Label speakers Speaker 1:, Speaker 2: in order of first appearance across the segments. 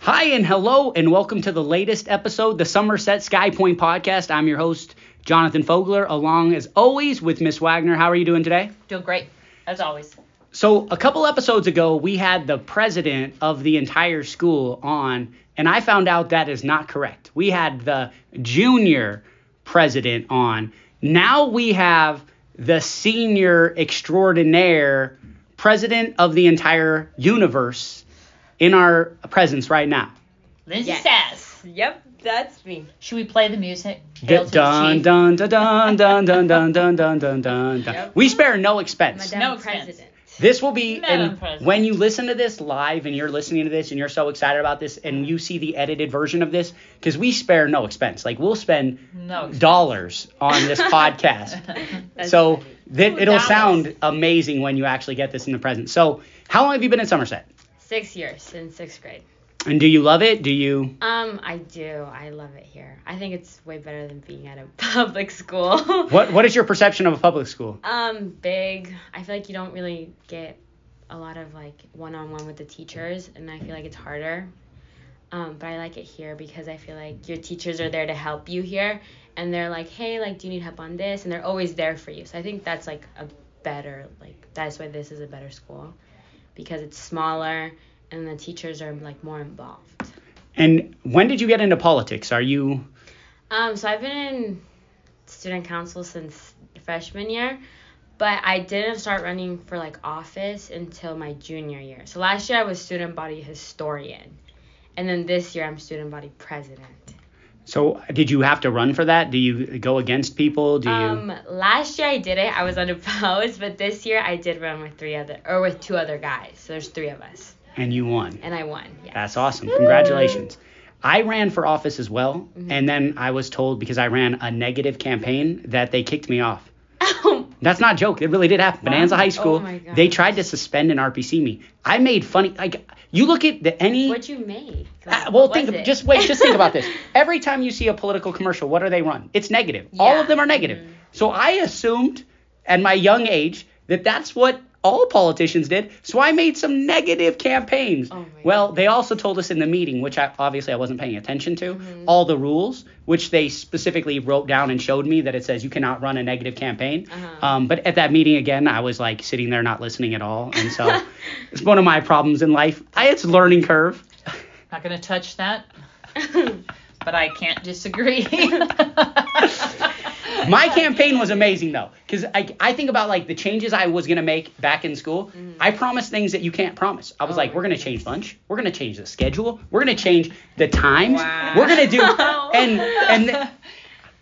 Speaker 1: Hi and hello, and welcome to the latest episode, the Somerset Skypoint Podcast. I'm your host, Jonathan Fogler, along as always with Miss Wagner. How are you doing today?
Speaker 2: Doing great, as always.
Speaker 1: So, a couple episodes ago, we had the president of the entire school on, and I found out that is not correct. We had the junior president on. Now we have the senior extraordinaire president of the entire universe in our presence right now.
Speaker 2: Lindsay
Speaker 3: Yes.
Speaker 2: Sass.
Speaker 3: Yep, that's me.
Speaker 2: Should we play the music? Hail
Speaker 1: Dun
Speaker 2: to the
Speaker 1: dun
Speaker 2: chief.
Speaker 1: dun dun dun dun dun dun dun dun dun. dun.
Speaker 3: Yep.
Speaker 1: We spare no expense.
Speaker 3: Madam
Speaker 2: No
Speaker 3: President.
Speaker 1: This will be
Speaker 2: Madam
Speaker 1: and
Speaker 2: President.
Speaker 1: when you listen to this live and you're listening to this and you're so excited about this and you see the edited version of this because we spare no expense. Like we'll spend
Speaker 2: No.
Speaker 1: dollars on this podcast.
Speaker 3: That's
Speaker 1: so
Speaker 3: funny.
Speaker 1: that
Speaker 2: Ooh,
Speaker 1: it'll
Speaker 2: dollars.
Speaker 1: sound amazing when you actually get this in the present. So, how long have you been in Somerset?
Speaker 3: Six years since sixth grade.
Speaker 1: And do you love it? Do you?
Speaker 3: Um, I do. I love it here. I think it's way better than being at a public school.
Speaker 1: What What is your perception of a public school?
Speaker 3: Um, big. I feel like you don't really get a lot of like one-on-one with the teachers, and I feel like it's harder. Um, but I like it here because I feel like your teachers are there to help you here, and they're like, hey, like, do you need help on this? And they're always there for you. So I think that's like a better, like, that's why this is a better school, because it's smaller and the teachers are like more involved.
Speaker 1: And when did you get into politics? Are you
Speaker 3: Um, so I've been in student council since freshman year, but I didn't start running for like office until my junior year. So last year I was student body historian, and then this year I'm student body president.
Speaker 1: So did you have to run for that? Do you go against people? Do you?
Speaker 3: Um, last year I did it. I was unopposed, but this year I did run with three other or with two other guys. So there's three of us,
Speaker 1: and you won.
Speaker 3: and I won. Yeah.
Speaker 1: That's awesome. Congratulations. I ran for office as well,
Speaker 3: Mm-hmm.
Speaker 1: and then I was told because I ran a negative campaign that they kicked me off.
Speaker 3: Um,
Speaker 1: That's not a joke. It really did happen. Bonanza High School.
Speaker 3: Oh my gosh.
Speaker 1: they tried to suspend and RPC me. I made funny. Like you look at the any.
Speaker 3: What'd you make?
Speaker 1: Uh,
Speaker 3: Like,
Speaker 1: well,
Speaker 3: what
Speaker 1: think
Speaker 3: was
Speaker 1: of,
Speaker 3: it?
Speaker 1: just wait, just think about this. Every time you see a political commercial, what do they run? It's negative. All of
Speaker 3: Yeah. Mm-hmm.
Speaker 1: them are negative. So I assumed at my young age that that's what all politicians did. So I made some negative campaigns.
Speaker 3: Oh my
Speaker 1: well, they also told us in the meeting, which I obviously I wasn't paying attention to,
Speaker 3: Mm-hmm.
Speaker 1: all the rules, which they specifically wrote down and showed me that it says you cannot run a negative campaign.
Speaker 3: Uh-huh.
Speaker 1: Um, but at that meeting again, I was like sitting there not listening at all, and so it's one of my problems in life. I, it's a learning curve.
Speaker 2: Not gonna touch that, but I can't disagree.
Speaker 1: My campaign was amazing though, because I, I think about like the changes I was gonna make back in school.
Speaker 2: Mm-hmm.
Speaker 1: I promised things that you can't promise. I was
Speaker 3: Oh
Speaker 1: like,
Speaker 3: my
Speaker 1: we're gonna change lunch, we're gonna change the schedule, we're gonna change the times,
Speaker 3: Wow.
Speaker 1: we're gonna do, and and th-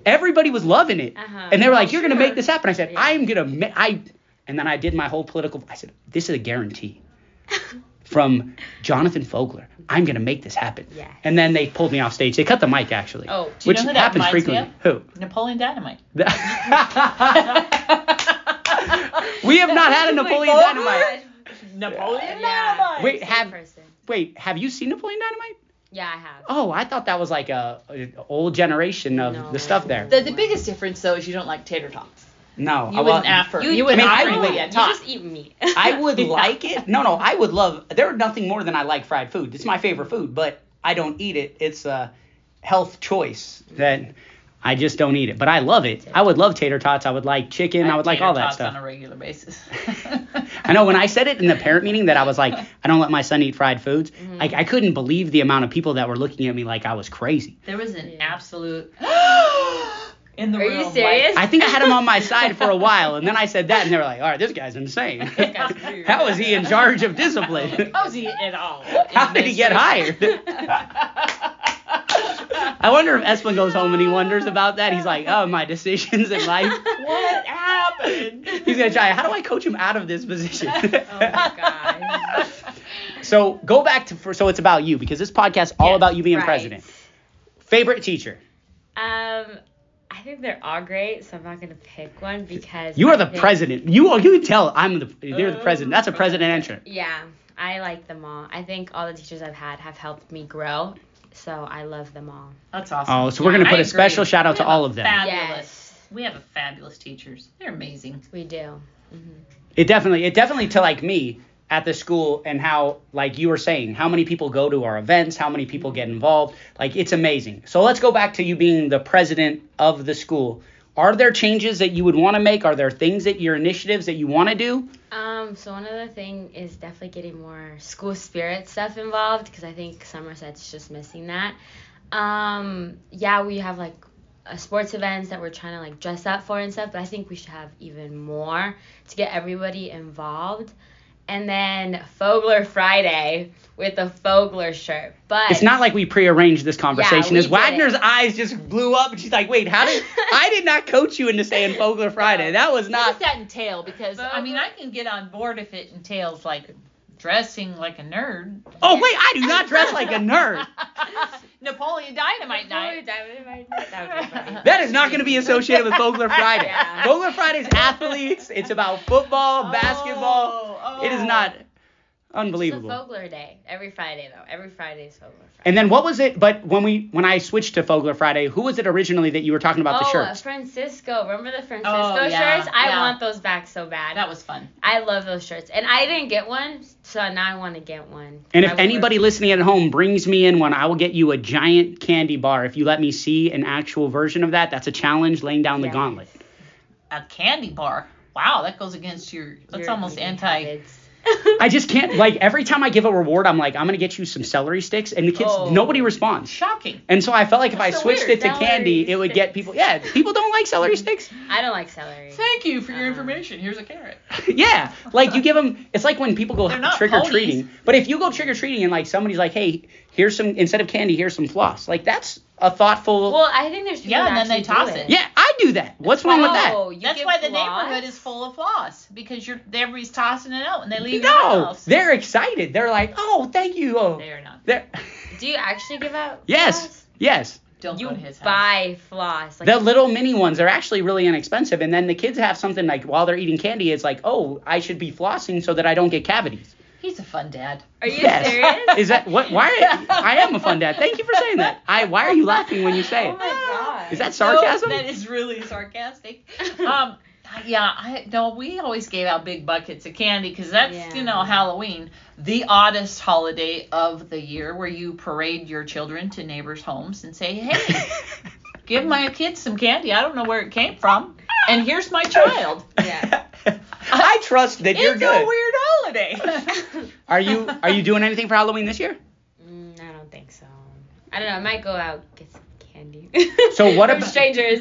Speaker 1: everybody was loving it,
Speaker 3: Uh-huh.
Speaker 1: and they were like, you're gonna
Speaker 3: Sure.
Speaker 1: make this happen. I said,
Speaker 3: Yeah.
Speaker 1: I'm gonna, ma- I, and then I did my whole political. I said, this is a guarantee. From Jonathan Fogler, I'm gonna make this happen.
Speaker 3: Yes.
Speaker 1: And then they pulled me off stage. They cut the mic actually,
Speaker 2: Oh, do you
Speaker 1: which
Speaker 2: know who that
Speaker 1: happens
Speaker 2: reminds me
Speaker 1: frequently. Who?
Speaker 2: Napoleon Dynamite.
Speaker 1: we have not had a Napoleon
Speaker 2: Like, oh
Speaker 1: Dynamite.
Speaker 2: Napoleon
Speaker 3: Yeah.
Speaker 2: Dynamite.
Speaker 1: Wait,
Speaker 3: Same
Speaker 1: have-
Speaker 3: person.
Speaker 1: Wait, have you seen Napoleon Dynamite?
Speaker 3: Yeah, I have.
Speaker 1: Oh, I thought that was like a, a old generation of
Speaker 3: No.
Speaker 1: the stuff there.
Speaker 2: The, the biggest difference though is you don't like tater tots.
Speaker 1: no,
Speaker 2: You
Speaker 1: I
Speaker 2: wouldn't
Speaker 1: wasn't
Speaker 2: ask for. You,
Speaker 3: You-
Speaker 2: wouldn't
Speaker 1: I mean,
Speaker 2: ask
Speaker 1: I
Speaker 2: for
Speaker 1: would-
Speaker 2: really a
Speaker 3: you
Speaker 2: tot.
Speaker 3: just eat meat.
Speaker 1: I would like it. No, no, I would love. There's nothing more than I like fried food. It's my favorite food, but I don't eat it. It's a health choice that I just don't eat it. But I love it. I would love tater tots. I would like chicken. I would like
Speaker 2: tater
Speaker 1: all that
Speaker 2: tots
Speaker 1: stuff.
Speaker 2: on a regular basis.
Speaker 1: I know when I said it in the parent meeting that I was like, I don't let my son eat fried foods. Like I couldn't believe the amount of people that were looking at me like I was crazy.
Speaker 2: There was an
Speaker 3: Yeah.
Speaker 2: absolute in the
Speaker 3: Are
Speaker 2: room.
Speaker 3: you serious?
Speaker 1: I think I had him on my side for a while, and then I said that, and they were like, "All right, this guy's insane.
Speaker 2: This guy's weird. Oh.
Speaker 1: How is he in charge of
Speaker 2: Like,
Speaker 1: discipline?
Speaker 2: how is he at all?
Speaker 1: How did he get hired?" I wonder if Esplin goes home and he wonders about that. He's like, "Oh, my decisions in life."
Speaker 2: what happened?
Speaker 1: He's gonna try. How do I coach him out of this position?
Speaker 3: Oh my god.
Speaker 1: so go back to for, so it's about you because this podcast is all
Speaker 2: Yes,
Speaker 1: about you being
Speaker 3: right.
Speaker 1: president. Favorite teacher.
Speaker 3: Um, I think they're all great, so I'm not gonna pick one because
Speaker 1: You
Speaker 3: I
Speaker 1: are the
Speaker 3: think-
Speaker 1: president. You are. You can tell I'm the. You're the
Speaker 2: Oh,
Speaker 1: president. That's a
Speaker 2: okay.
Speaker 1: presidential.
Speaker 3: Yeah, I like them all. I think all the teachers I've had have helped me grow, so I love them all.
Speaker 2: That's awesome.
Speaker 1: Oh, so we're gonna
Speaker 2: I
Speaker 1: put a
Speaker 2: agree.
Speaker 1: special shout out
Speaker 2: We
Speaker 1: to
Speaker 2: have
Speaker 1: all
Speaker 2: a
Speaker 1: of them.
Speaker 2: Fabulous.
Speaker 3: Yes.
Speaker 2: We have a fabulous teachers. They're amazing.
Speaker 3: We do. hmm
Speaker 1: It definitely. It definitely to like me. at the school and how, like you were saying, how many people go to our events, how many people get involved. Like it's amazing. So let's go back to you being the president of the school. Are there changes that you would want to make? Are there things that your initiatives that you want to do?
Speaker 3: Um, so another thing is definitely getting more school spirit stuff involved because I think Somerset's just missing that. Um, yeah, we have like uh, sports events that we're trying to like dress up for and stuff, but I think we should have even more to get everybody involved. And then Fogler Friday with the Fogler shirt, but
Speaker 1: It's not like we prearranged this conversation.
Speaker 3: we
Speaker 1: As
Speaker 3: did
Speaker 1: Wagner's
Speaker 3: it.
Speaker 1: eyes just blew up, and she's like, "Wait, how did I did not coach you into saying Fogler Friday? That was
Speaker 2: What does
Speaker 1: not."
Speaker 2: that entail? Because I mean, I can get on board if it entails like dressing like a nerd.
Speaker 1: Oh wait, I do not dress like a nerd.
Speaker 2: Napoleon Dynamite night.
Speaker 3: Dynamite, that would be funny.
Speaker 1: That is not going to be associated with Fogler Friday.
Speaker 3: Yeah.
Speaker 1: Fogler Friday's athletes. It's about football, basketball.
Speaker 2: Oh,
Speaker 1: It is not
Speaker 3: It's the
Speaker 1: unbelievable.
Speaker 3: Fogler Day every Friday though. Every Friday is Fogler Friday.
Speaker 1: And then what was it? But when we when I switched to Fogler Friday, who was it originally that you were talking about
Speaker 3: oh,
Speaker 1: the
Speaker 3: uh,
Speaker 1: shirts?
Speaker 3: Francisco. Remember the Francisco
Speaker 2: Oh, yeah,
Speaker 3: shirts? I
Speaker 2: yeah.
Speaker 3: want those back so bad.
Speaker 2: That was fun.
Speaker 3: I love those shirts. And I didn't get one, so now I want to get one.
Speaker 1: And
Speaker 3: I
Speaker 1: if
Speaker 3: would
Speaker 1: anybody
Speaker 3: work-
Speaker 1: listening at home brings me in one, I will get you a giant candy bar. If you let me see an actual version of that, that's a challenge laying down the
Speaker 3: Yes.
Speaker 1: gauntlet.
Speaker 2: A candy bar. Wow, that goes against your. That's
Speaker 3: Your
Speaker 2: almost
Speaker 3: eating
Speaker 2: anti.
Speaker 3: habits.
Speaker 1: I just can't like every time I give a reward, I'm like, I'm gonna get you some celery sticks, and the kids
Speaker 2: Oh.
Speaker 1: nobody responds.
Speaker 2: Shocking.
Speaker 1: And so I felt like if
Speaker 2: That's
Speaker 1: I
Speaker 2: so
Speaker 1: switched
Speaker 2: weird.
Speaker 1: it to
Speaker 3: Celery
Speaker 1: candy, it would get
Speaker 3: sticks.
Speaker 1: people. Yeah, people don't like celery sticks.
Speaker 3: I don't like celery.
Speaker 2: Thank you for your information. Here's a carrot.
Speaker 1: yeah, like you give them. It's like when people go
Speaker 2: They're not
Speaker 1: trick or treating. But if you go trick or treating and like somebody's like, hey, here's some instead of candy, here's some floss. Like that's a thoughtful.
Speaker 3: Well, I think there's people
Speaker 2: Yeah,
Speaker 3: that
Speaker 2: and then they
Speaker 3: actually
Speaker 2: toss
Speaker 3: do
Speaker 2: it.
Speaker 1: yeah, I do that. What's wrong with that?
Speaker 3: Oh, you
Speaker 2: That's
Speaker 3: give
Speaker 2: why the
Speaker 3: floss?
Speaker 2: neighborhood is full of floss because you're everybody's tossing it out and they leave your
Speaker 1: No,
Speaker 2: house.
Speaker 1: they're excited. They're like, oh, thank you. Oh,
Speaker 2: They are not.
Speaker 1: they're
Speaker 3: Do you actually give out?
Speaker 1: yes, yes.
Speaker 2: Don't
Speaker 3: Floss? You
Speaker 2: go to his house.
Speaker 3: buy floss. Like,
Speaker 1: the little mini ones are actually really inexpensive, and then the kids have something like while they're eating candy, it's like, oh, I should be flossing so that I don't get cavities.
Speaker 2: He's a fun dad.
Speaker 3: are you
Speaker 1: yes.
Speaker 3: serious?
Speaker 1: Is that what? Why? I am a fun dad. Thank you for saying that. I. Why are you laughing when you say
Speaker 3: oh
Speaker 1: it?
Speaker 3: my god.
Speaker 1: Ah. Is that sarcasm?
Speaker 2: No, that is really sarcastic. um, yeah, I no, we always gave out big buckets of candy because that's
Speaker 3: Yeah.
Speaker 2: you know Halloween, the oddest holiday of the year where you parade your children to neighbors' homes and say, hey, give my kids some candy. I don't know where it came from, and here's my child.
Speaker 3: Yeah.
Speaker 1: I trust that you're
Speaker 2: it's
Speaker 1: good.
Speaker 2: a weird holiday.
Speaker 1: Are you Are you doing anything for Halloween this year?
Speaker 3: Mm, I don't think so. I don't know. I might go out get some candy.
Speaker 1: So what
Speaker 3: From
Speaker 1: ab-
Speaker 3: strangers?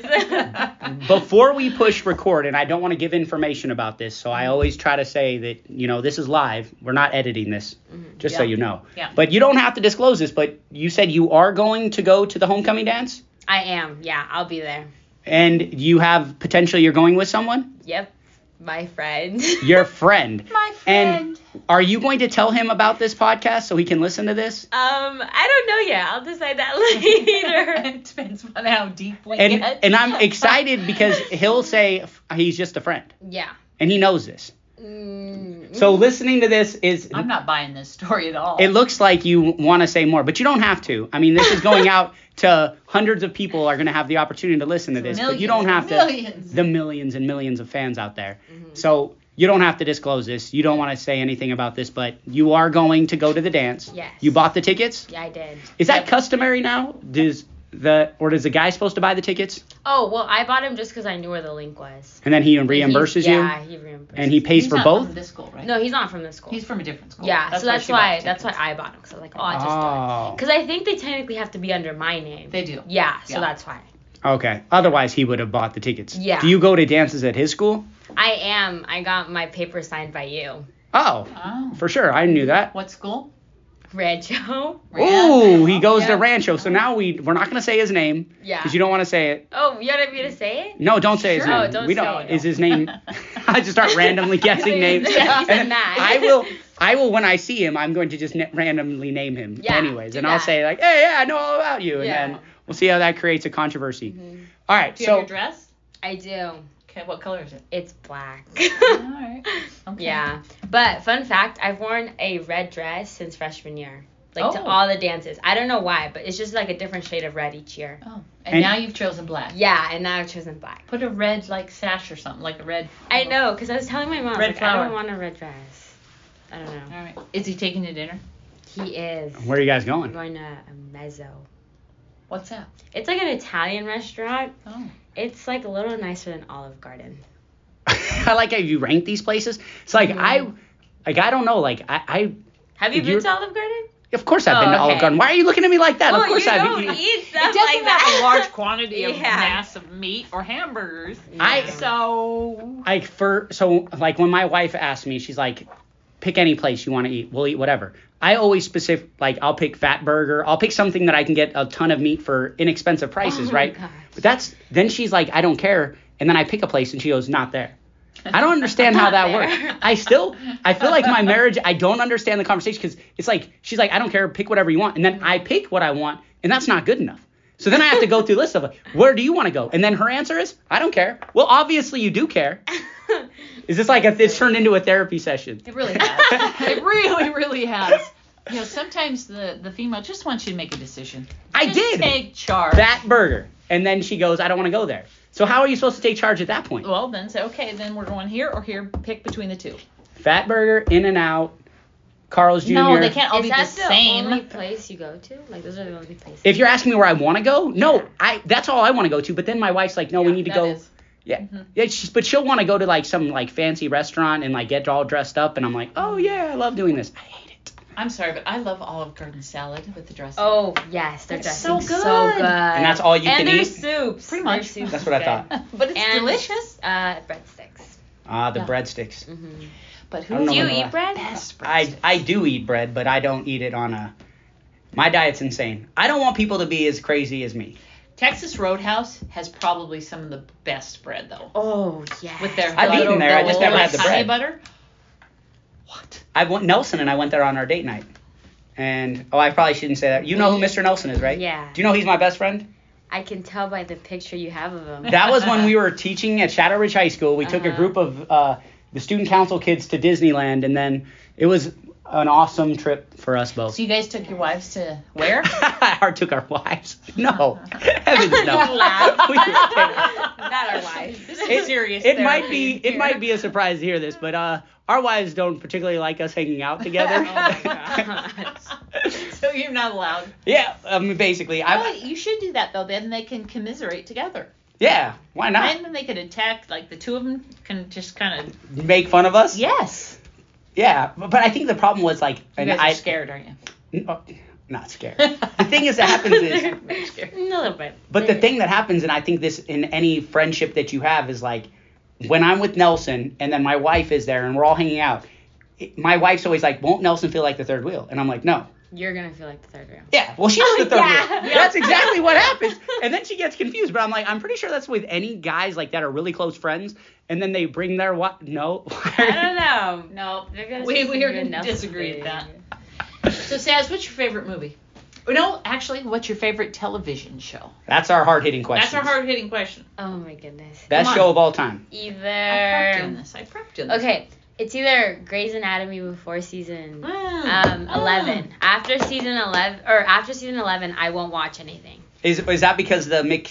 Speaker 1: Before we push record, and I don't want to give information about this, so I always try to say that you know this is live. We're not editing this, just so
Speaker 2: Yeah.
Speaker 1: you know.
Speaker 2: Yeah.
Speaker 1: But you don't have to disclose this. But you said you are going to go to the homecoming dance,
Speaker 3: I am. Yeah, I'll be there.
Speaker 1: and you have potentially you're going with someone,
Speaker 3: Yep, my friend. Um,
Speaker 1: your friend.
Speaker 2: my
Speaker 1: And are you going to tell him about this podcast so he can listen to this?
Speaker 3: Um, I don't know yet. I'll decide that later.
Speaker 2: it depends on how deep we
Speaker 1: And
Speaker 2: get.
Speaker 1: and I'm excited because he'll say f- he's just a friend,
Speaker 3: yeah.
Speaker 1: and he knows this.
Speaker 3: Mm,
Speaker 1: So listening to this is
Speaker 2: Mm-hmm. I'm not buying this story at all.
Speaker 1: it looks like you want to say more, but you don't have to. I mean, this is going out to hundreds of people are going to have the opportunity to listen to this, but you don't have
Speaker 2: Millions,
Speaker 1: to.
Speaker 2: Mm-hmm. millions.
Speaker 1: The millions and millions of fans out there. So you don't have to disclose this. You don't want to say anything about this, but you are going to go to the dance.
Speaker 3: Yes.
Speaker 1: You bought the tickets.
Speaker 3: yeah, I did.
Speaker 1: Is that customary now? Does the or does the guy supposed to buy the tickets
Speaker 3: Oh well, I bought him just because I knew where the link was.
Speaker 1: and then he
Speaker 3: He-
Speaker 1: reimburses
Speaker 3: Yeah,
Speaker 1: you
Speaker 3: he reimbursed.
Speaker 1: and he pays
Speaker 2: He's
Speaker 1: for
Speaker 2: not
Speaker 1: both?
Speaker 2: From this school, right?
Speaker 3: No, he's not from the school.
Speaker 2: He's from a different school.
Speaker 3: yeah, so that's
Speaker 2: she bought
Speaker 3: why
Speaker 2: the
Speaker 3: that's why
Speaker 2: tickets.
Speaker 3: I bought him because I was like, oh, I just
Speaker 1: Oh,
Speaker 3: because I think they technically have to be under my name.
Speaker 2: They do.
Speaker 3: Yeah, so
Speaker 2: Yeah.
Speaker 3: that's why.
Speaker 1: okay. Otherwise, he would have bought the tickets.
Speaker 3: Yeah.
Speaker 1: Do you go to dances at his school?
Speaker 3: I am. I got my paper signed by you,
Speaker 1: Oh,
Speaker 2: Oh.
Speaker 1: for sure. I knew that.
Speaker 2: What school?
Speaker 3: Rancho.
Speaker 1: Ooh, he goes to
Speaker 3: Yeah.
Speaker 1: Rancho. So now we we're not gonna say his name
Speaker 3: Yeah.
Speaker 1: because you don't want to say it.
Speaker 3: Oh, you wanted me to say it?
Speaker 1: No, don't say his
Speaker 2: Sure.
Speaker 1: name.
Speaker 3: Oh, don't
Speaker 1: we
Speaker 3: say
Speaker 1: don't.
Speaker 3: it.
Speaker 1: Is his name? I just start randomly guessing names.
Speaker 3: Yeah, you said
Speaker 1: And
Speaker 3: Matt.
Speaker 1: I will. I will when I see him. I'm going to just na- randomly name him.
Speaker 3: Yeah,
Speaker 1: Anyways,
Speaker 3: do
Speaker 1: and I'll
Speaker 3: that.
Speaker 1: say like, hey, yeah, I know all about you, and
Speaker 3: Yeah.
Speaker 1: then we'll see how that creates a controversy.
Speaker 3: Mhm.
Speaker 1: All right.
Speaker 2: Do you have
Speaker 1: so
Speaker 2: your dress?
Speaker 3: I do.
Speaker 2: Okay, what color is it?
Speaker 3: It's black.
Speaker 2: All right. Okay.
Speaker 3: Yeah. But fun fact, I've worn a red dress since freshman year. Like to
Speaker 2: Oh.
Speaker 3: all the dances. I don't know why, but it's just like a different shade of red each year.
Speaker 2: Oh, and,
Speaker 1: And-
Speaker 2: now you've chosen black.
Speaker 3: Yeah, and now I've chosen black.
Speaker 2: Put a red like sash or something, like a red.
Speaker 3: I know, because I was telling my mom,
Speaker 2: Uh-huh. Red
Speaker 3: like, I
Speaker 2: flower.
Speaker 3: don't want a red dress. I don't know.
Speaker 2: All right. Is he taking to dinner?
Speaker 3: He is.
Speaker 1: Where are you guys
Speaker 3: I'm
Speaker 1: going?
Speaker 3: going to a mezzo.
Speaker 2: What's that?
Speaker 3: It's like an Italian restaurant.
Speaker 2: Oh.
Speaker 3: It's like a little nicer than Olive Garden.
Speaker 1: I like how you rank these places. It's like
Speaker 3: Mm-hmm.
Speaker 1: I, like I don't know. Like I, I
Speaker 3: Have you been
Speaker 1: You're-
Speaker 3: to Olive Garden?
Speaker 1: of course I've been
Speaker 3: Oh,
Speaker 1: to Olive
Speaker 3: okay.
Speaker 1: Garden. Why are you looking at me like that?
Speaker 3: Well,
Speaker 1: of course
Speaker 3: you
Speaker 1: I've
Speaker 3: don't eat
Speaker 2: It
Speaker 3: stuff
Speaker 2: doesn't
Speaker 3: like that.
Speaker 2: have a large quantity of
Speaker 3: Yeah.
Speaker 2: massive meat or hamburgers.
Speaker 1: I-
Speaker 3: Yeah.
Speaker 2: So
Speaker 1: I for so like when my wife asked me, she's like, pick any place you want to eat. We'll eat whatever. I always specific like I'll pick fat burger. I'll pick something that I can get a ton of meat for inexpensive prices,
Speaker 3: Oh my
Speaker 1: right?
Speaker 3: gosh.
Speaker 1: But that's then she's like, I don't care. And then I pick a place and she goes, not there. I don't understand how
Speaker 3: Not
Speaker 1: that
Speaker 3: there.
Speaker 1: works. I still I feel like my marriage I don't understand the conversation cuz it's like she's like I don't care pick whatever you want and then I pick what I want and that's not good enough. So then I have to go through a list of like, where do you want to go? And then her answer is I don't care. Well, obviously you do care. Is this like a, it's turned into a therapy session?
Speaker 2: it really has. it really, really has. You know, sometimes the the female just wants you to make a decision.
Speaker 1: I
Speaker 2: Just
Speaker 1: did.
Speaker 2: take charge.
Speaker 1: That burger. And then she goes, I don't want to go there. So how are you supposed to take charge at that point?
Speaker 2: Well, then say okay. Then we're going here or here. Pick between the two.
Speaker 1: Fat burger, In and Out, Carl's Jr.
Speaker 2: No, they can't all
Speaker 3: is
Speaker 2: be
Speaker 3: that
Speaker 2: the same.
Speaker 3: only place you go to? Like those are the only places.
Speaker 1: If you're asking me where I want to go, no, I that's all I want to go to. But then my wife's like, no, we
Speaker 2: Yeah,
Speaker 1: need to
Speaker 2: that
Speaker 1: go.
Speaker 2: is.
Speaker 1: Yeah, yeah. She's, but she'll want to go to like some like fancy restaurant and like get all dressed up, and I'm like, oh yeah, I love doing this. I hate it.
Speaker 2: I'm sorry, but I love Olive Garden salad with the dressing.
Speaker 3: oh yes, they're
Speaker 2: That's so
Speaker 3: dressing so
Speaker 2: good.
Speaker 3: good.
Speaker 1: And that's all you
Speaker 3: and
Speaker 1: can
Speaker 3: their
Speaker 1: eat?
Speaker 3: soups.
Speaker 2: Pretty
Speaker 3: Their
Speaker 2: much.
Speaker 3: soups
Speaker 1: That's
Speaker 3: is
Speaker 1: what I
Speaker 3: good.
Speaker 1: thought.
Speaker 2: but it's
Speaker 3: And,
Speaker 2: delicious.
Speaker 3: Uh, breadsticks.
Speaker 1: Ah, the
Speaker 2: Yeah.
Speaker 1: breadsticks.
Speaker 3: Mm-hmm.
Speaker 2: But
Speaker 1: I don't
Speaker 2: who
Speaker 1: know
Speaker 3: Do you
Speaker 1: when the
Speaker 3: eat
Speaker 1: last-
Speaker 3: bread?
Speaker 2: Best
Speaker 1: I I do eat bread, but I don't eat it on a. My diet's insane. I don't want people to be as crazy as me.
Speaker 2: Texas Roadhouse has probably some of the best bread though.
Speaker 3: Oh yes.
Speaker 2: With their
Speaker 1: I've
Speaker 2: little-
Speaker 1: eaten there, I just
Speaker 2: their
Speaker 1: never had the
Speaker 2: honey
Speaker 1: bread.
Speaker 2: butter. What?
Speaker 1: I went Nelson and I went there on our date night. And oh, I probably shouldn't say that. You know who Mr. Nelson is, right?
Speaker 3: Yeah.
Speaker 1: Do you know he's my best friend?
Speaker 3: I can tell by the picture you have of them.
Speaker 1: That was when we were teaching at Shadow Ridge High School. We took a
Speaker 3: Uh-huh.
Speaker 1: group of uh, the student council kids to Disneyland, and then it was an awesome trip for us both.
Speaker 2: So you guys took your wives to where?
Speaker 1: I took our wives. No,
Speaker 2: Uh-huh.
Speaker 1: heavens no.
Speaker 3: Laugh.
Speaker 1: We didn't take-
Speaker 3: Not our wives.
Speaker 2: This is
Speaker 1: It-
Speaker 2: serious.
Speaker 1: it might be
Speaker 2: therapy
Speaker 1: it
Speaker 2: here.
Speaker 1: might be a surprise to hear this, but uh, our wives don't particularly like us hanging out together.
Speaker 2: Oh my God. so you're not allowed.
Speaker 1: yeah, I mean basically,
Speaker 2: Well,
Speaker 1: I
Speaker 2: you should do that though. Then they can commiserate together.
Speaker 1: yeah, why not
Speaker 2: And then they could attack. Like the two of them can just kind of.
Speaker 1: make fun of us?
Speaker 2: Yes.
Speaker 1: Yeah, but, but I think the problem was like,
Speaker 2: You
Speaker 1: and
Speaker 2: guys
Speaker 1: I
Speaker 2: are scared, aren't you?
Speaker 1: no, not scared. the thing is that happens is,
Speaker 3: a little bit.
Speaker 1: but the thing that happens, and I think this in any friendship that you have is like, when I'm with Nelson and then my wife is there and we're all hanging out, it, my wife's always like, won't Nelson feel like the third wheel? And I'm like, no.
Speaker 3: You're gonna feel like the third row.
Speaker 1: Yeah, well, she's the third
Speaker 3: Yeah.
Speaker 1: wheel. That's exactly what happens. And then she gets confused. But I'm like, I'm pretty sure that's with any guys like that are really close friends, and then they bring their what? No.
Speaker 3: I don't know. No,
Speaker 2: We- we are gonna disagree with that. So Saz, what's your favorite movie? Or Oh, No, actually, what's your favorite television show?
Speaker 1: That's our hard hitting question.
Speaker 2: That's our hard hitting question.
Speaker 3: Oh my goodness.
Speaker 1: Best
Speaker 2: Come on.
Speaker 1: show of all time.
Speaker 2: I prepped on
Speaker 3: Either.
Speaker 2: this. I prepped on this.
Speaker 3: Okay, it's either Grey's Anatomy before season
Speaker 1: Hmm.
Speaker 2: Mm,
Speaker 3: um
Speaker 2: mm.
Speaker 3: 11. After season 11 or after season 11, I won't watch anything.
Speaker 1: Is is that because the Mick?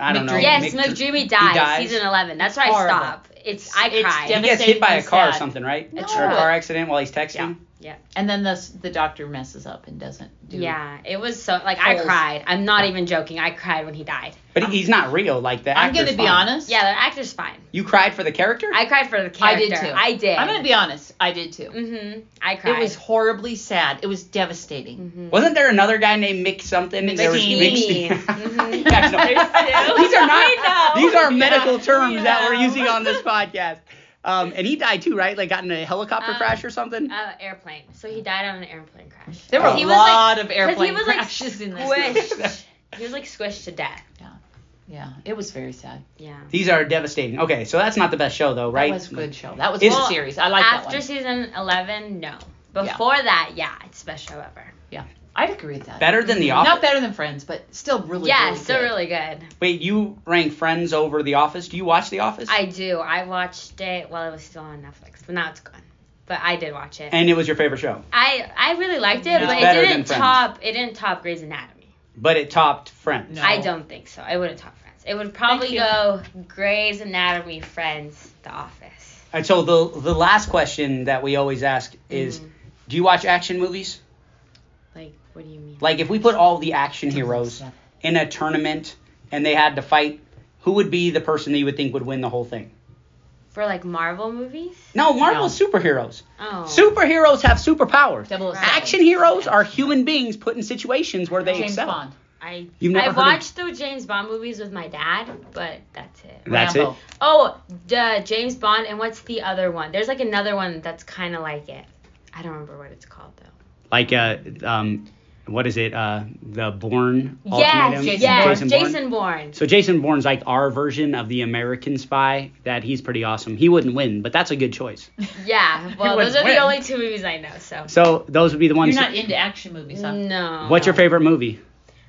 Speaker 1: I don't know.
Speaker 2: McDreamy.
Speaker 3: yes,
Speaker 1: Mick-
Speaker 3: McDreamy dies,
Speaker 1: dies?
Speaker 3: season 11. That's why
Speaker 2: Horrible.
Speaker 3: I stop. It's I
Speaker 2: It's
Speaker 3: cried.
Speaker 1: He gets hit by a car or
Speaker 2: Sad.
Speaker 1: something, right?
Speaker 2: No.
Speaker 1: Or a car accident while he's texting.
Speaker 3: Yeah. yeah.
Speaker 2: And then the the doctor messes up and doesn't do.
Speaker 3: Yeah, it was so like I
Speaker 2: Holes.
Speaker 3: cried. I'm not even joking. I cried when he died.
Speaker 1: But he- he's not real. Like the
Speaker 2: I'm
Speaker 1: actor's
Speaker 2: gonna be
Speaker 1: fine.
Speaker 2: honest.
Speaker 3: Yeah, the actor's fine.
Speaker 1: You cried for the character.
Speaker 3: I cried for the
Speaker 2: I
Speaker 3: character.
Speaker 2: did too.
Speaker 3: I did.
Speaker 2: I'm gonna be honest. I did too.
Speaker 3: Mhm. I cried.
Speaker 2: It was horribly sad. It was devastating.
Speaker 3: Mhm.
Speaker 1: Wasn't there another guy named Mick something? There was
Speaker 3: Mcsteamy.
Speaker 1: Mc-
Speaker 3: Mhm.
Speaker 1: Guys, no.
Speaker 2: There's two.
Speaker 1: these are not.
Speaker 2: We know.
Speaker 1: These are
Speaker 2: Yeah,
Speaker 1: medical
Speaker 2: we
Speaker 1: terms that we're
Speaker 2: know.
Speaker 1: using on this podcast. Um, and he died too, right? Like got in a helicopter
Speaker 3: Um,
Speaker 1: crash or something.
Speaker 3: Uh, airplane. So he died on an airplane crash.
Speaker 2: There were
Speaker 1: Oh.
Speaker 2: a
Speaker 1: He was,
Speaker 2: lot of
Speaker 3: 'cause
Speaker 2: airplane
Speaker 3: he was like
Speaker 2: crashes in this. movie.
Speaker 3: squished. he was like squished to death.
Speaker 2: Yeah, it was very sad.
Speaker 3: Yeah.
Speaker 1: These are devastating. Okay, so that's not the best show though, right?
Speaker 2: That was a good show. That was
Speaker 1: Is-
Speaker 2: a good series. I like that
Speaker 3: After
Speaker 2: one.
Speaker 3: season 11, no. Before that, yeah, it's best show ever.
Speaker 2: I'd agree with that.
Speaker 1: Better than The Office.
Speaker 2: Not better than Friends, but still really.
Speaker 3: yeah,
Speaker 2: really
Speaker 3: still
Speaker 2: good.
Speaker 3: really good.
Speaker 1: Wait, you rank Friends over The Office? Do you watch The Office?
Speaker 3: I do. I watched it while it was still on Netflix, but now it's gone. But I did watch it.
Speaker 1: and it was your favorite show,
Speaker 3: I I really liked it,
Speaker 2: It's
Speaker 3: but it
Speaker 1: better than
Speaker 3: didn't
Speaker 1: Friends.
Speaker 3: top. It didn't top Grey's Anatomy.
Speaker 1: but it topped Friends.
Speaker 2: No.
Speaker 3: I don't think so. It wouldn't top Friends. It would probably
Speaker 2: you.
Speaker 3: go Grey's Anatomy, Friends, The Office.
Speaker 1: And so the the last question that we always ask is,
Speaker 2: Mm-hmm.
Speaker 3: Mhm.
Speaker 1: do you watch action movies?
Speaker 3: Like, what do you mean?
Speaker 1: Like if we put all the action heroes in a tournament and they had to fight, who would be the person that you would think would win the whole thing?
Speaker 3: For like Marvel movies?
Speaker 1: No, Marvel
Speaker 2: No.
Speaker 1: superheroes.
Speaker 3: Oh.
Speaker 1: Superheroes have superpowers.
Speaker 2: Double
Speaker 3: Right.
Speaker 1: Action heroes are human beings put in situations where they
Speaker 2: James
Speaker 1: excel.
Speaker 2: Bond.
Speaker 3: I
Speaker 1: You've never
Speaker 3: I
Speaker 1: heard of-
Speaker 3: watched the James Bond movies with my dad, but that's it.
Speaker 1: That's
Speaker 2: Rambo.
Speaker 1: it.
Speaker 3: Oh, the James Bond and what's the other one? There's like another one that's kind of like it. I don't remember what it's called though.
Speaker 1: Like uh, um, what is it? Uh, the Bourne.
Speaker 3: Yes,
Speaker 1: Ultimatum?
Speaker 2: Jason
Speaker 3: yes,
Speaker 2: Bourne.
Speaker 3: Jason Bourne.
Speaker 1: So Jason Bourne's like our version of the American spy. That he's pretty awesome. He wouldn't win, but that's a good choice.
Speaker 3: Yeah, well,
Speaker 2: would
Speaker 3: those are
Speaker 2: win.
Speaker 3: the only two movies I know. So.
Speaker 1: So those would be the
Speaker 2: You're
Speaker 1: ones.
Speaker 2: not into action movies, huh?
Speaker 3: No.
Speaker 1: What's your favorite movie?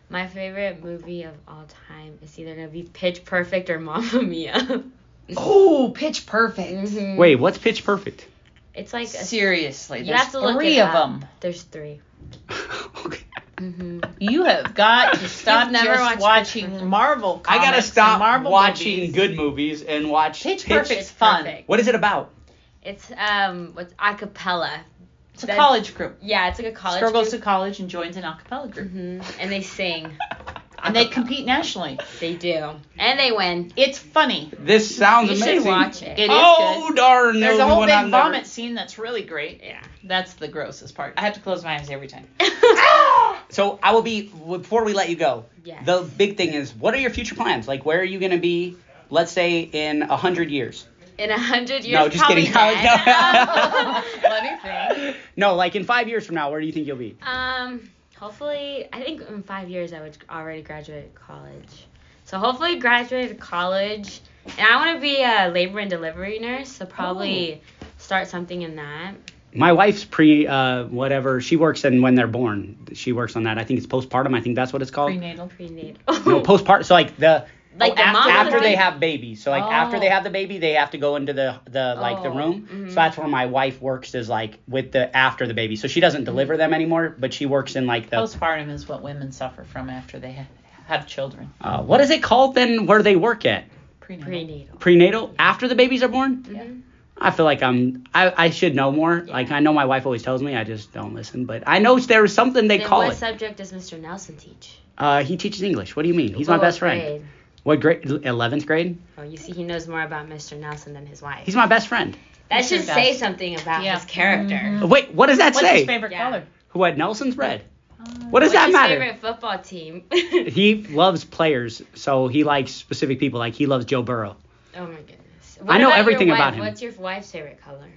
Speaker 3: My favorite movie of all time is either gonna be Pitch Perfect or Mamma Mia.
Speaker 2: Oh, Pitch Perfect.
Speaker 3: Mhm.
Speaker 1: Wait, what's Pitch Perfect?
Speaker 3: It's like a,
Speaker 2: Seriously,
Speaker 3: you
Speaker 2: there's
Speaker 3: have to look
Speaker 2: three
Speaker 3: it
Speaker 2: of
Speaker 3: up.
Speaker 2: them.
Speaker 3: There's three.
Speaker 1: okay.
Speaker 3: Mm-hmm.
Speaker 2: You have got to stop
Speaker 3: You've never
Speaker 2: just
Speaker 3: watched
Speaker 2: watching
Speaker 3: Pitch Perfect.
Speaker 2: Marvel.
Speaker 1: I
Speaker 2: comics
Speaker 1: gotta
Speaker 2: and
Speaker 1: stop
Speaker 2: Marvel
Speaker 1: watching
Speaker 2: movies.
Speaker 1: good movies and watch
Speaker 2: Pitch Perfect's fun.
Speaker 1: What is it about?
Speaker 3: It's um what's acapella.
Speaker 2: It's a
Speaker 3: That-
Speaker 2: college group.
Speaker 3: Yeah, it's like a college.
Speaker 2: Girl goes to
Speaker 3: group.
Speaker 2: college and joins an acapella group,
Speaker 3: hmm And they sing. Mm-hmm.
Speaker 2: and they compete nationally.
Speaker 3: They do. And they win.
Speaker 2: It's funny.
Speaker 1: This sounds
Speaker 3: You should
Speaker 1: amazing.
Speaker 3: watch it.
Speaker 2: It is
Speaker 1: oh
Speaker 2: good.
Speaker 1: darn!
Speaker 2: There's
Speaker 1: no,
Speaker 2: a whole
Speaker 1: when
Speaker 2: big
Speaker 1: I'm there-
Speaker 2: vomit scene that's really great.
Speaker 3: Yeah.
Speaker 2: That's the grossest part. I have to close my eyes every time.
Speaker 1: So I will be before we let you go.
Speaker 3: Yes.
Speaker 1: The big thing is, what are your future plans? Like, where are you gonna be? Let's say in a hundred years.
Speaker 3: In a hundred years.
Speaker 1: No, just
Speaker 3: probably
Speaker 1: kidding. No,
Speaker 3: dead.
Speaker 1: no.
Speaker 2: Let me think.
Speaker 1: No, like in five years from now, where do you think you'll be?
Speaker 3: um, hopefully, I think in five years I would already graduate college. So hopefully graduate college, and I want to be a labor and delivery nurse. So probably start something in that.
Speaker 1: My wife's pre uh, whatever. She works in when they're born. She works on that. I think it's postpartum. I think that's what it's called.
Speaker 2: Prenatal.
Speaker 3: Prenatal.
Speaker 1: No, postpartum. So like the
Speaker 3: Like
Speaker 1: oh,
Speaker 3: the
Speaker 1: after,
Speaker 3: mom
Speaker 1: after
Speaker 3: one?
Speaker 1: they have babies. So like after
Speaker 2: Oh.
Speaker 1: they have the baby, they have to go into the the like the
Speaker 3: Oh,
Speaker 1: room.
Speaker 3: mhm.
Speaker 1: So that's where my wife works is like with the after the baby. So she doesn't deliver them anymore, but she works in like the
Speaker 2: Postpartum is what women suffer from after they ha- have children.
Speaker 1: uh, what is it called then where they work at?
Speaker 2: Prenatal.
Speaker 3: Prenatal.
Speaker 1: Prenatal after the babies are born?
Speaker 2: Yeah.
Speaker 3: Mhm.
Speaker 1: I feel like I'm I, I should know more.
Speaker 3: Yeah.
Speaker 1: Like I know my wife always tells me, I just don't listen, but I know there was something they
Speaker 3: Then
Speaker 1: call
Speaker 3: what
Speaker 1: it.
Speaker 3: subject does Mr. Nelson teach?
Speaker 1: Uh, he teaches English. What do you mean? He's my
Speaker 3: What
Speaker 1: best friend.
Speaker 3: grade?
Speaker 1: What grade? 11th grade?
Speaker 3: Oh, you see, he knows more about Mr. Nelson than his wife.
Speaker 1: He's my best friend.
Speaker 3: that
Speaker 2: Mr.
Speaker 3: should say
Speaker 2: Dust.
Speaker 3: something about
Speaker 2: Yeah.
Speaker 3: his character.
Speaker 2: Mhm.
Speaker 1: Wait, what does that
Speaker 2: What's
Speaker 1: say?
Speaker 2: his favorite
Speaker 3: Yeah.
Speaker 2: color?
Speaker 1: What Nelson's red.
Speaker 2: Uh,
Speaker 1: What does
Speaker 3: What's
Speaker 1: that
Speaker 3: his
Speaker 1: matter?
Speaker 3: favorite football team?
Speaker 1: He loves players, so he likes specific people. Like he loves Joe Burrow.
Speaker 3: oh my goodness.
Speaker 1: I know
Speaker 3: about your
Speaker 1: everything
Speaker 3: wife?
Speaker 1: about him.
Speaker 3: What's your wife's favorite color?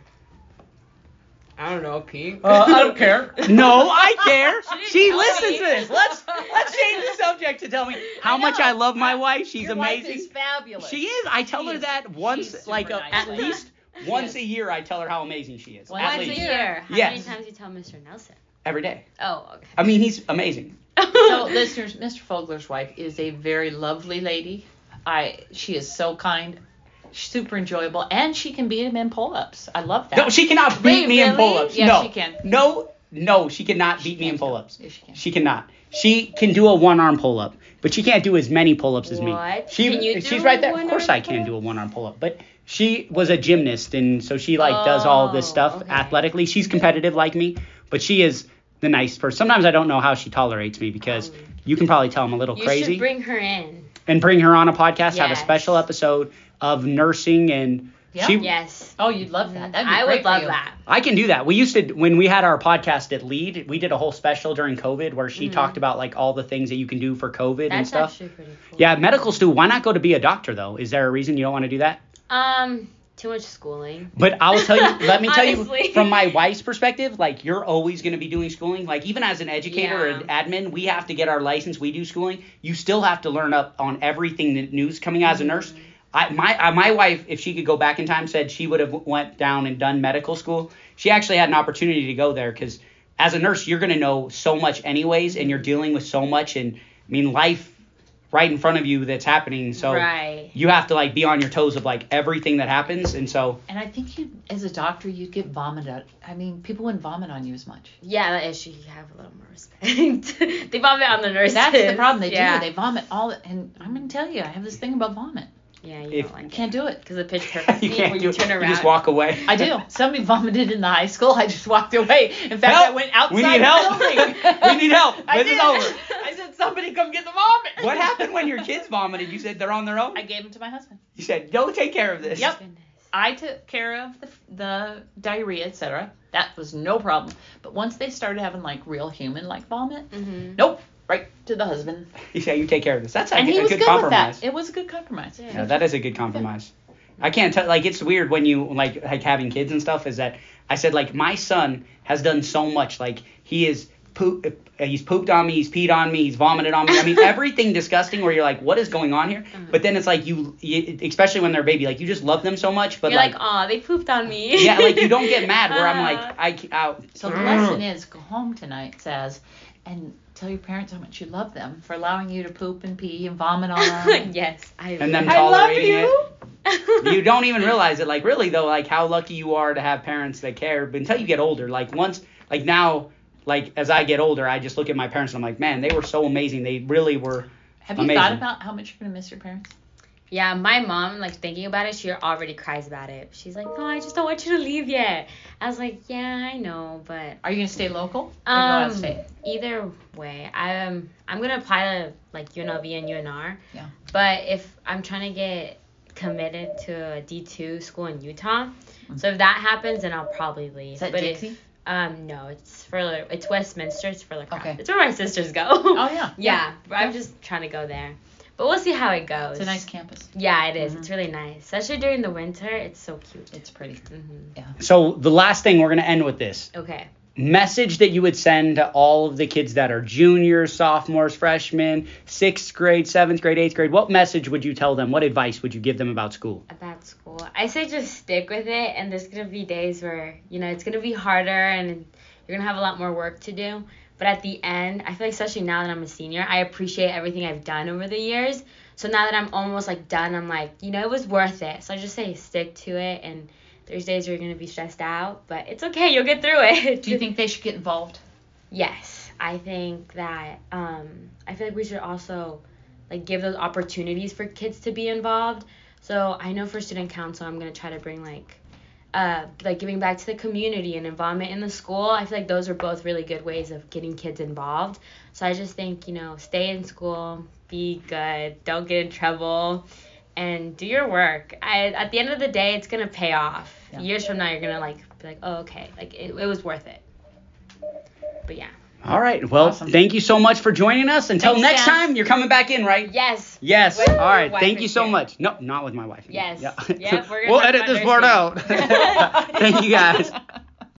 Speaker 3: I don't know, Pete.
Speaker 1: Uh, I don't care. No, I care. she
Speaker 3: tell
Speaker 1: listens
Speaker 3: me.
Speaker 1: to this. Let's let's change the subject to tell me how
Speaker 2: I
Speaker 1: much
Speaker 2: know.
Speaker 1: I love my wife. She's
Speaker 2: Your
Speaker 1: amazing.
Speaker 2: Wife is fabulous.
Speaker 1: she is. I tell her
Speaker 2: She's-
Speaker 1: that
Speaker 2: she's
Speaker 1: once, like
Speaker 2: super
Speaker 1: uh,
Speaker 2: nice
Speaker 1: at
Speaker 2: lady.
Speaker 1: least
Speaker 2: She
Speaker 1: once
Speaker 2: is.
Speaker 1: a year, I tell her how amazing she is.
Speaker 2: Once
Speaker 1: at
Speaker 3: Once a
Speaker 1: least
Speaker 3: year. How
Speaker 1: Yes.
Speaker 3: many times you tell Mr. Nelson?
Speaker 1: every day.
Speaker 3: Oh, okay.
Speaker 1: I mean, he's amazing.
Speaker 2: so listeners, Mr. Fogler's wife is a very lovely lady. I she is so kind, super enjoyable, and she can beat him in pull-ups. I love that.
Speaker 1: No, she cannot beat
Speaker 3: Wait,
Speaker 1: me in
Speaker 3: really?
Speaker 1: pull-ups.
Speaker 2: Yes,
Speaker 1: no,
Speaker 2: she can.
Speaker 1: no, no, she cannot
Speaker 2: She
Speaker 1: beat me in
Speaker 2: can't do it.
Speaker 1: pull-ups.
Speaker 2: Yes, she can.
Speaker 1: She cannot. She can do a one arm pull up, but she can't do as many pull ups as me.
Speaker 3: What?
Speaker 1: She,
Speaker 3: Can you
Speaker 1: she's
Speaker 3: do
Speaker 1: right there. Of
Speaker 3: one-arm
Speaker 1: course, I can do a one arm pull up, but she was a gymnast, and so she like does all this
Speaker 3: Oh,
Speaker 1: stuff
Speaker 3: okay.
Speaker 1: athletically. She's competitive like me, but she is the nice person. Sometimes I don't know how she tolerates me because
Speaker 3: Oh.
Speaker 1: you can probably tell I'm a little
Speaker 3: you
Speaker 1: crazy.
Speaker 3: should bring her in.
Speaker 1: and bring her on a podcast, have a
Speaker 3: Yes.
Speaker 1: special episode of nursing, and
Speaker 2: Yeah.
Speaker 1: she.
Speaker 3: Yes.
Speaker 2: Oh, you'd love that. That'd be
Speaker 3: I
Speaker 2: great
Speaker 3: would
Speaker 2: for
Speaker 3: love
Speaker 2: you.
Speaker 3: that.
Speaker 1: I can do that. We used to when we had our podcast at Lead, we did a whole special during COVID where she talked about like all the things that you can do for COVID and
Speaker 3: Mm-hmm. That's
Speaker 1: stuff.
Speaker 3: actually pretty cool.
Speaker 1: Yeah, medical school. Why not go to be a doctor though? Is there a reason you don't want to do that?
Speaker 3: Um, too much schooling.
Speaker 1: But I'll tell you. Let me tell you
Speaker 3: Honestly.
Speaker 1: from my wife's perspective. Like you're always going to be doing schooling. Like even as an educator or
Speaker 3: Yeah.
Speaker 1: an admin, we have to get our license. We do schooling. You still have to learn up on everything that news coming out as a
Speaker 3: Mm-hmm.
Speaker 1: nurse. I, my uh, my wife, if she could go back in time, said she would have went down and done medical school. She actually had an opportunity to go there because as a nurse, you're going to know so much anyways, and you're dealing with so much, and I mean life right in front of you that's happening. So
Speaker 3: right.
Speaker 1: you have to like be on your toes of like everything that happens and so
Speaker 2: And I think you, as a doctor, you'd get vomited. I mean, people wouldn't vomit on you as much.
Speaker 3: Yeah, that issue. You have a little more respect. they vomit on the nurses.
Speaker 2: That's the problem. They
Speaker 3: yeah.
Speaker 2: do. They vomit all. And I'm gonna tell you, I have this thing about vomit.
Speaker 3: Yeah, you
Speaker 1: If-
Speaker 3: don't like
Speaker 2: Can't do it.
Speaker 3: because the pitch perfect
Speaker 1: you
Speaker 3: speed where
Speaker 1: can't do
Speaker 3: you
Speaker 1: it.
Speaker 3: turn around.
Speaker 1: You just walk away.
Speaker 2: I do. Somebody vomited in the high school. I just walked away. In fact, I
Speaker 1: Help!
Speaker 2: went outside
Speaker 1: We need
Speaker 2: the
Speaker 1: help.
Speaker 2: building.
Speaker 1: we need help.
Speaker 2: I
Speaker 1: This
Speaker 2: did.
Speaker 1: is over.
Speaker 2: I said, somebody come get the vomit.
Speaker 1: What happened when your kids vomited? You said they're on their own.
Speaker 2: I gave him to my husband.
Speaker 1: You said, "Go take care of this."
Speaker 2: Yep.
Speaker 3: Oh Goodness.
Speaker 2: I took care of the, the diarrhea, etc. That was no problem. But once they started having like real human like vomit,
Speaker 3: Mhm.
Speaker 2: nope, right to the husband.
Speaker 1: You said, "You take care of this." That's a,
Speaker 2: and
Speaker 1: a
Speaker 2: he was
Speaker 1: good
Speaker 2: good,
Speaker 1: compromise.
Speaker 2: with that. It was a good compromise.
Speaker 3: Yeah.
Speaker 1: Yeah, that is a good compromise. I can't tell. Like, it's weird when you like like having kids and stuff. Is that I said like my son has done so much. Like he is poop. uh, He's pooped on me. He's peed on me. He's vomited on me. I mean, everything disgusting. Where you're like, what is going on here?
Speaker 2: Mm-hmm.
Speaker 1: But then it's like you, you, especially when they're a baby, like you just love them so much. But
Speaker 3: You're like, oh, they pooped on me.
Speaker 1: yeah, like you don't get mad. Where I'm
Speaker 3: Ah.
Speaker 1: like, I, c- I
Speaker 2: So the lesson is go home tonight, says, and tell your parents how much you love them for allowing you to poop and pee and vomit on them.
Speaker 3: yes, I.
Speaker 1: "Ah." And then
Speaker 2: I love
Speaker 1: tolerating it.
Speaker 2: you.
Speaker 1: you don't even realize it. Like really though, like how lucky you are to have parents that care. But until you get older, like once, like now, like as I get older, I just look at my parents and I'm like, man, they were so amazing. They really were.
Speaker 2: Have you thought
Speaker 1: Amazing.
Speaker 2: about how much you're gonna miss your parents?
Speaker 3: Yeah, my mom, like thinking about it, she already cries about it. She's like, "No, I just don't want you to leave yet." I was like, "Yeah, I know, but
Speaker 2: Are you gonna stay local? Or go out
Speaker 3: um,
Speaker 2: of state?
Speaker 3: either way, I'm I'm gonna apply to like UNLV and UNR.
Speaker 2: Yeah.
Speaker 3: But if I'm trying to get committed to a D2 school in Utah,
Speaker 1: Mm.
Speaker 3: so if that happens, then I'll probably leave.
Speaker 2: Is that
Speaker 3: but
Speaker 2: Dixie?
Speaker 3: if um no, it's for it's Westminster, it's for lacrosse.
Speaker 2: Okay.
Speaker 3: It's where my sisters go.
Speaker 2: oh yeah.
Speaker 3: yeah, but I'm just trying to go there. But we'll see how it goes.
Speaker 2: It's a nice Mm-hmm. campus.
Speaker 3: Yeah, it is. It's really nice, especially during the winter. It's so cute.
Speaker 2: It's pretty.
Speaker 3: hmm
Speaker 1: So the last thing we're gonna end with this
Speaker 3: Okay.
Speaker 1: message that you would send to all of the kids that are juniors, sophomores, freshmen, sixth grade, seventh grade, eighth grade. What message would you tell them? What advice would you give them about school?
Speaker 3: About school, I say just stick with it, and there's gonna be days where you know it's gonna be harder, and you're gonna have a lot more work to do. But at the end, I feel like especially now that I'm a senior, I appreciate everything I've done over the years. So now that I'm almost like done, I'm like, you know, it was worth it. So I just say stick to it, and there's days where you're gonna be stressed out, but it's okay. You'll get through it.
Speaker 2: Do you think they should get involved?
Speaker 3: Yes, I think that um, I feel like we should also like give those opportunities for kids to be involved. So I know for student council, I'm gonna try to bring like uh, like giving back to the community and involvement in the school. I feel like those are both really good ways of getting kids involved. So I just think you know stay in school, be good, don't get in trouble, and do your work. I, at the end of the day, it's gonna pay off.
Speaker 2: Yeah.
Speaker 3: Years from now, you're gonna like be like, oh okay, like it, it was worth it. But yeah.
Speaker 1: All right. Well,
Speaker 2: Awesome.
Speaker 1: thank you so much for joining us. Until
Speaker 2: Thanks,
Speaker 1: next
Speaker 2: Sam.
Speaker 1: time, you're coming back in, right?
Speaker 3: Yes.
Speaker 1: Yes.
Speaker 3: With
Speaker 1: All right.
Speaker 3: your wife
Speaker 1: Thank
Speaker 3: and
Speaker 1: you so
Speaker 3: kid.
Speaker 1: much. No, not with my wife.
Speaker 3: Yes.
Speaker 1: Yeah.
Speaker 3: Yep, we're gonna
Speaker 1: we'll
Speaker 3: talk
Speaker 1: edit
Speaker 3: about
Speaker 1: this part out. Thank you guys.